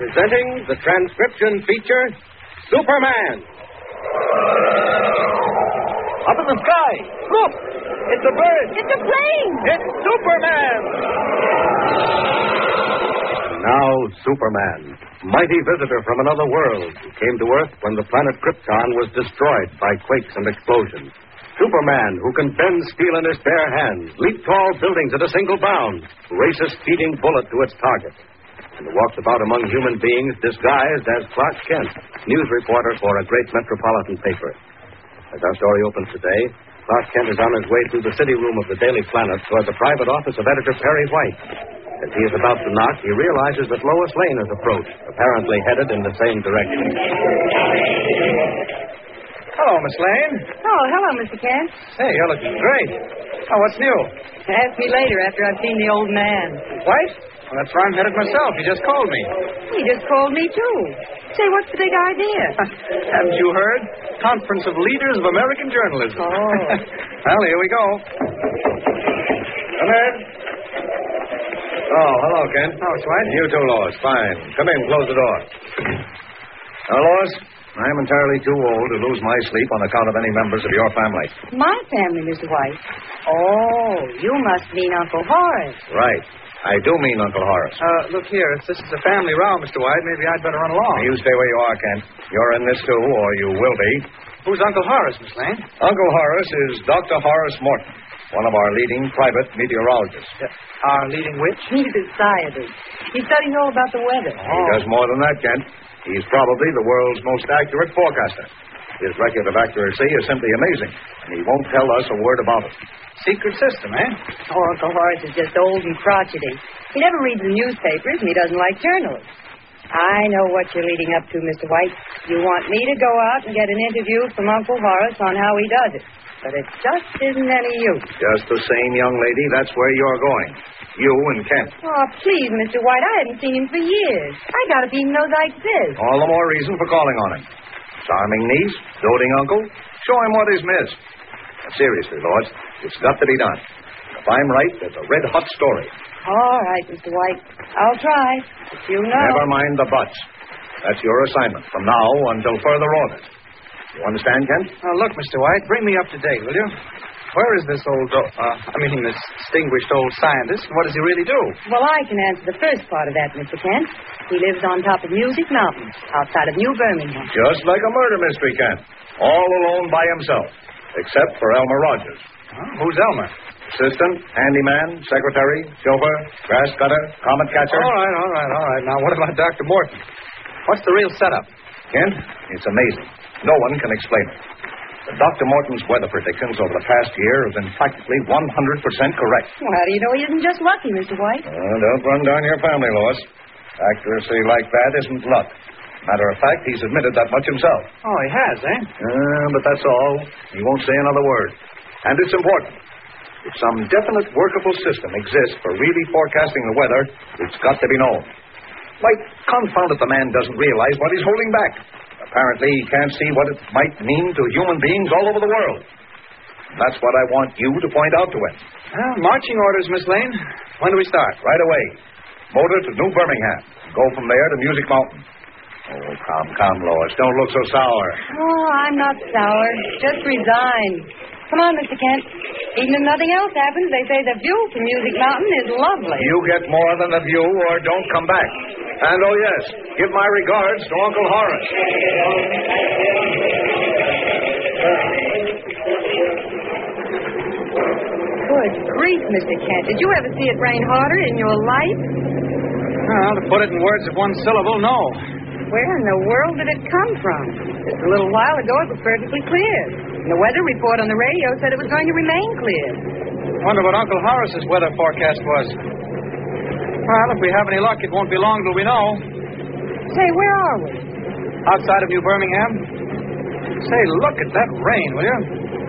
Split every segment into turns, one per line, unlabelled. presenting the transcription feature Superman. Up in the sky, look! It's a bird!
It's a plane!
It's Superman! Now, Superman, mighty visitor from another world, who came to Earth when the planet Krypton was destroyed by quakes and explosions. Superman, who can bend steel in his bare hands, leap tall buildings at a single bound, race a speeding bullet to its target, and who walks about among human beings disguised as Clark Kent, news reporter for a great metropolitan paper. As our story opens today, Clark Kent is on his way through the city room of the Daily Planet toward the private office of editor Perry White. As he is about to knock, he realizes that Lois Lane has approached, apparently headed in the same direction. Hello, Miss Lane.
Oh, hello, Mr. Kent.
Hey, you're looking great. Oh, what's new?
Ask me later after I've seen the old man.
White? Well, that's where I'm headed myself. You just called me.
He just called me, too. Say, what's the big idea?
Haven't you heard? Conference of Leaders of American Journalism.
Oh.
well, here we go. Come in. Oh, hello, Ken. Oh, it's White. You too, Lois. Fine. Come in. Close the door. now, Lois, I'm entirely too old to lose my sleep on account of any members of your family.
My family, Mr. White. Oh, you must mean Uncle Horace.
Right. I do mean Uncle Horace.
Uh, look here. If this is a family row, Mr. White, maybe I'd better run along.
you stay where you are, Ken. You're in this too, or you will be.
Who's Uncle Horace, Miss Lane?
Uncle Horace is Dr. Horace Morton, one of our leading private meteorologists.
Our leading witch? Oh,
He's a scientist. He studies all about the weather.
He does more than that, Kent. He's probably the world's most accurate forecaster. His record of accuracy is simply amazing, and he won't tell us a word about it.
Secret system, eh?
Oh, Uncle Horace is just old and crotchety. He never reads the newspapers and he doesn't like journalists. I know what you're leading up to, Mr. White. You want me to go out and get an interview from Uncle Horace on how he does it. But it just isn't any use.
Just the same, young lady, that's where you're going. You and Kent.
Oh, please, Mr. White, I haven't seen him for years. I doubt if he even knows I exist.
All the more reason for calling on him. Charming niece, doting uncle. Show him what he's missed. Now, seriously, Lord, it's got to be done. If I'm right, there's a red hot story.
All right, Mr. White. I'll try. If you know.
Never mind the buts. That's your assignment from now until further orders. You understand, Kent?
Now, look, Mr. White, bring me up to date, will you? Where is this old, do- uh, I mean, this distinguished old scientist? What does he really do?
Well, I can answer the first part of that, Mr. Kent. He lives on top of Music Mountain, outside of New Birmingham.
Just like a murder mystery, Kent. All alone by himself, except for Elmer Rogers.
Huh? Who's Elmer?
Assistant, handyman, secretary, chauffeur, grass cutter, comet catcher.
All right, all right, all right. Now, what about Dr. Morton? What's the real setup?
Kent, it's amazing. No one can explain it. But Dr. Morton's weather predictions over the past year have been practically 100% correct.
Well, how do you know he isn't just lucky, Mr. White?
Uh, don't run down your family, Lois. Accuracy like that isn't luck. Matter of fact, he's admitted that much himself.
Oh, he has, eh?
Uh, but that's all. He won't say another word. And it's important. If some definite workable system exists for really forecasting the weather, it's got to be known. Like, confound it, the man doesn't realize what he's holding back. Apparently, he can't see what it might mean to human beings all over the world. That's what I want you to point out to him.
Well, marching orders, Miss Lane. When do we start?
Right away. Motor to New Birmingham. Go from there to Music Mountain. Oh, come, come, Lois. Don't look so sour.
Oh, I'm not sour. Just resign. Come on, Mr. Kent. Even if nothing else happens, they say the view from Music Mountain is lovely.
You get more than a view or don't come back. And oh, yes, give my regards to Uncle Horace.
Good grief, Mr. Kent. Did you ever see it rain harder in your life?
Well, to put it in words of one syllable, no.
Where in the world did it come from? Just a little while ago, it was perfectly clear. And the weather report on the radio said it was going to remain clear.
Wonder what Uncle Horace's weather forecast was. Well, if we have any luck, it won't be long till we know.
Say, where are we?
outside of New Birmingham. Say, look at that rain, will you?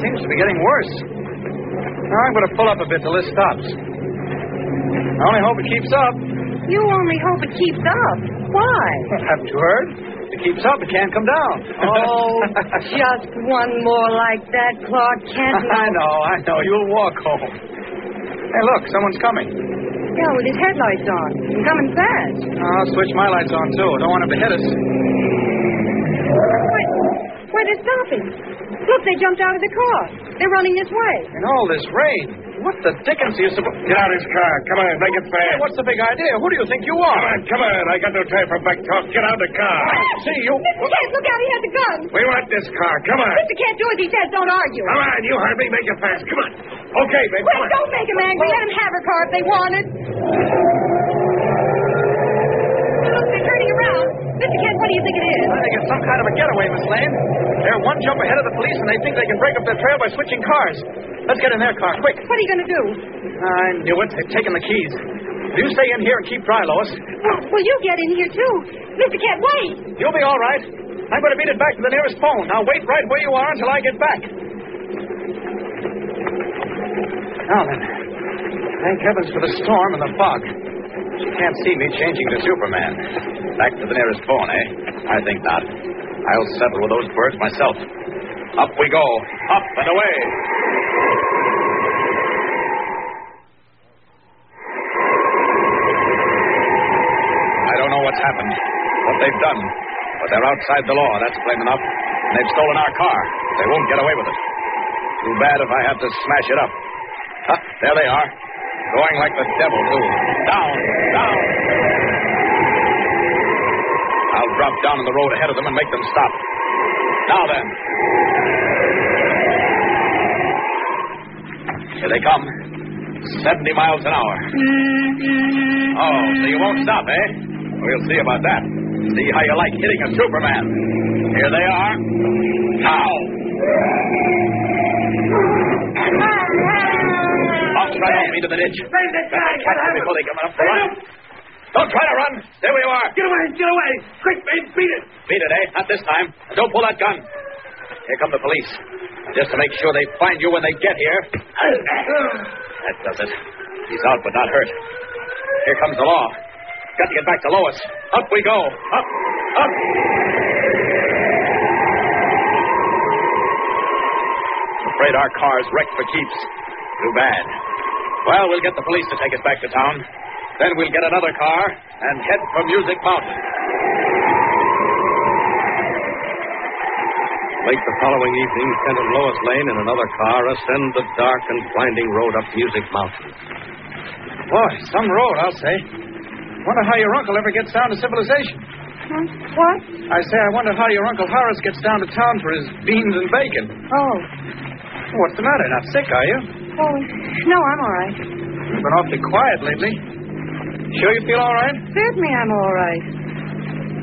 Seems to be getting worse. Now, I'm going to pull up a bit till this stops. I only hope it keeps up.
You only hope it keeps up. Why?
Haven't you heard? If it keeps up, it can't come down.
Oh, just one more like that, Clark Kent.
I know, I know. You'll walk home. Hey, look, someone's coming.
Yeah, with his headlights on. And coming fast.
I'll switch my lights on, too. Don't want him to hit us.
Wait, wait, they're stopping. Look, they jumped out of the car. They're running this way.
In all this rain. What the dickens are you supposed...
Get out of his car. Come on, make it fast.
What's the big idea? Who do you think you
Come
are?
on, come on. I got no time for back talk. Get out of the car.
See you...
Mr. Kent, look out. He has a gun.
We want this car. Come on.
Mr. Kent, do as he says. Don't argue.
Come on, you Harvey. Make it fast. Come on. Okay, babe.
Wait,
Come on.
don't make him angry. Let him have her car if they want it. Look, they're turning around. Mr. Kent, what do you think it is?
I think it's some kind of a getaway, Miss Lane. They're one jump ahead of the police, and they think they can break up their trail by switching cars. Let's get in their car, quick.
What are you going to do?
I knew it. They've taken the keys. You stay in here and keep dry, Lois.
Well, well, you get in here, too. Mr. Kent, wait.
You'll be all right. I'm going to beat it back to the nearest phone. Now wait right where you are until I get back. Now then, thank heavens for the storm and the fog. She can't see me changing to Superman.
Back to the nearest phone, eh? I think not. I'll settle with those birds myself. Up we go. Up and away. I don't know what's happened, what they've done, but they're outside the law, that's plain enough. And they've stolen our car. They won't get away with it. Too bad if I have to smash it up. Huh, there they are. Going like the devil, too. Down, down. I'll drop down on the road ahead of them and make them stop. Now then. Here they come. 70 miles an hour. Oh, so you won't stop, eh? We'll see about that. See how you like hitting a Superman. Here they are. Now. Don't try to me to the ditch. Catch them before they come up the run. Don't try to run. There we are.
Get away. Get away. Quick, babe. Beat it.
Beat it, eh? Not this time. Don't pull that gun. Here come the police. Just to make sure they find you when they get here. That does it. He's out but not hurt. Here comes the law. Got to get back to Lois. Up we go. Up, up. Afraid our car's wrecked for keeps. Too bad. Well, we'll get the police to take us back to town. Then we'll get another car and head for Music Mountain.
Late the following evening, Kent and Lois Lane in another car ascend the dark and winding road up Music Mountain.
Boy, some road, I'll say. Wonder how your uncle ever gets down to civilization.
What?
I say, I wonder how your Uncle Horace gets down to town for his beans and bacon.
Oh.
What's the matter? Not sick, are you?
Oh, no, I'm all right.
You've been awfully quiet lately. Sure you feel all right?
Certainly I'm all right.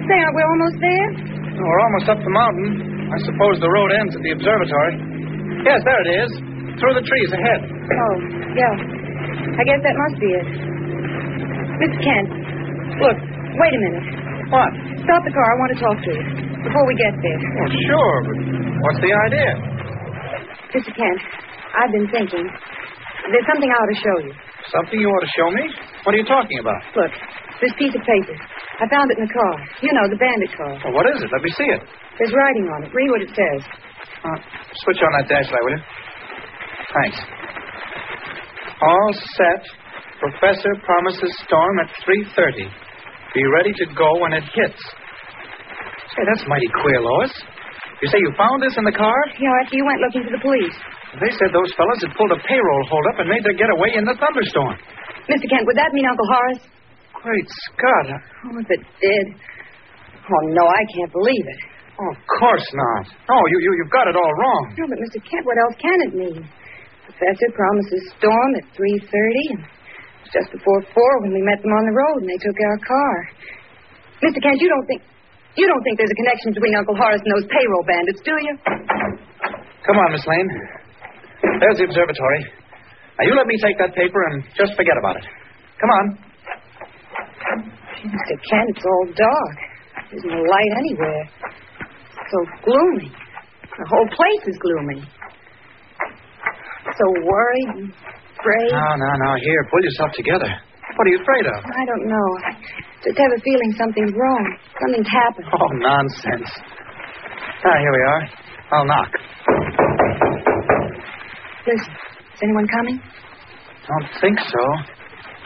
Say, are we almost there?
Oh, We're almost up the mountain. I suppose the road ends at the observatory. Yes, there it is. Through the trees ahead.
Oh, yeah. I guess that must be it. Miss Kent, look, wait a minute.
What?
Stop the car. I want to talk to you before we get there.
Well, sure, but what's the idea?
Mr. Kent, I've been thinking. There's something I ought to show you.
Something you ought to show me? What are you talking about?
Look, this piece of paper. I found it in the car. You know, the bandit car.
Well, what is it? Let me see it.
There's writing on it. Read what it says.
Uh, switch on that dash light, will you? Thanks. All set. Professor promises storm at 3.30. Be ready to go when it hits. Say, that's mighty queer, Lois. You say you found this in the car?
You know, after you went looking for the police.
They said those fellas had pulled a payroll holdup and made their getaway in the thunderstorm.
Mr. Kent, would that mean Uncle Horace?
Great Scott.
Oh, if it did. Oh, no, I can't believe it.
Oh, of course not. No, you, you, you've got it all wrong.
No, but Mr. Kent, what else can it mean? Professor promises storm at 3.30, and it was just before 4 when we met them on the road, and they took our car. Mr. Kent, you don't think... You don't think there's a connection between Uncle Horace and those payroll bandits, do you?
Come on, Miss Lane. There's the observatory. Now, you let me take that paper and just forget about it. Come on.
Mr. Kent, it's all dark. There isn't a light anywhere. It's so gloomy. The whole place is gloomy. So worried and afraid.
Now, now, now, here, pull yourself together. What are you afraid of?
I don't know. I just have a feeling something's wrong. Something's happened.
Oh, nonsense. Ah, here we are. I'll knock.
Listen, is anyone coming?
Don't think so.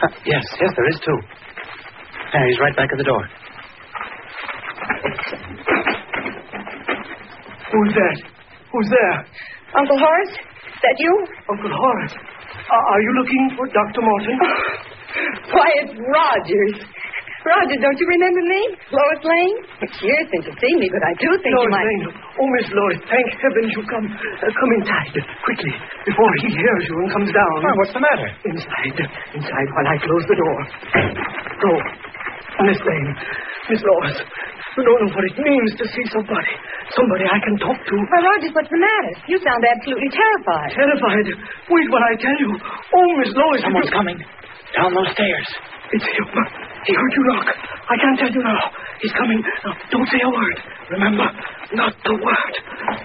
Huh, yes, yes, there is too. There, he's right back at the door.
Who's that? Who's there?
Uncle Horace, that you?
Uncle Horace. Are, are you looking for Dr. Morton?
Why, it's Rogers. Rogers, don't you remember me? Lois Lane? It's years since you've seen me, but I do think you
Lloyd
might.
Lane. Oh, Miss Lloyd, thank heavens you come. Uh, come inside, quickly, before he hears you and comes down.
Why, what's the matter?
Inside, inside, while I close the door. Go. Miss Lane, Miss Lawrence, you don't know what it means to see somebody, somebody I can talk to.
Why, Rogers, what's the matter? You sound absolutely terrified.
Terrified. Wait while I tell you. Oh, Miss Lawrence.
Someone's coming. Down those stairs.
It's him. He heard you knock. I can't tell you now. He's coming. Now, don't say a word. Remember, not a word.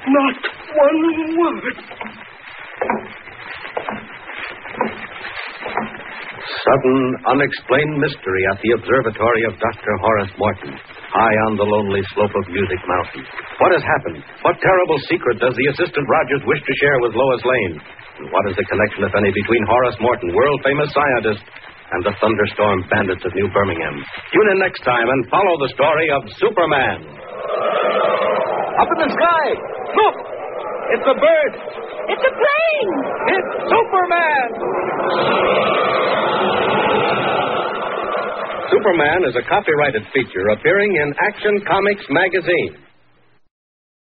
Not one word.
Sudden, unexplained mystery at the observatory of Dr. Horace Morton, high on the lonely slope of Music Mountain. What has happened? What terrible secret does the assistant Rogers wish to share with Lois Lane? And what is the connection, if any, between Horace Morton, world famous scientist, and the thunderstorm bandits of New Birmingham? Tune in next time and follow the story of Superman.
Up in the sky! Look! It's a bird!
It's a plane!
It's Superman!
Superman is a copyrighted feature appearing in Action Comics magazine.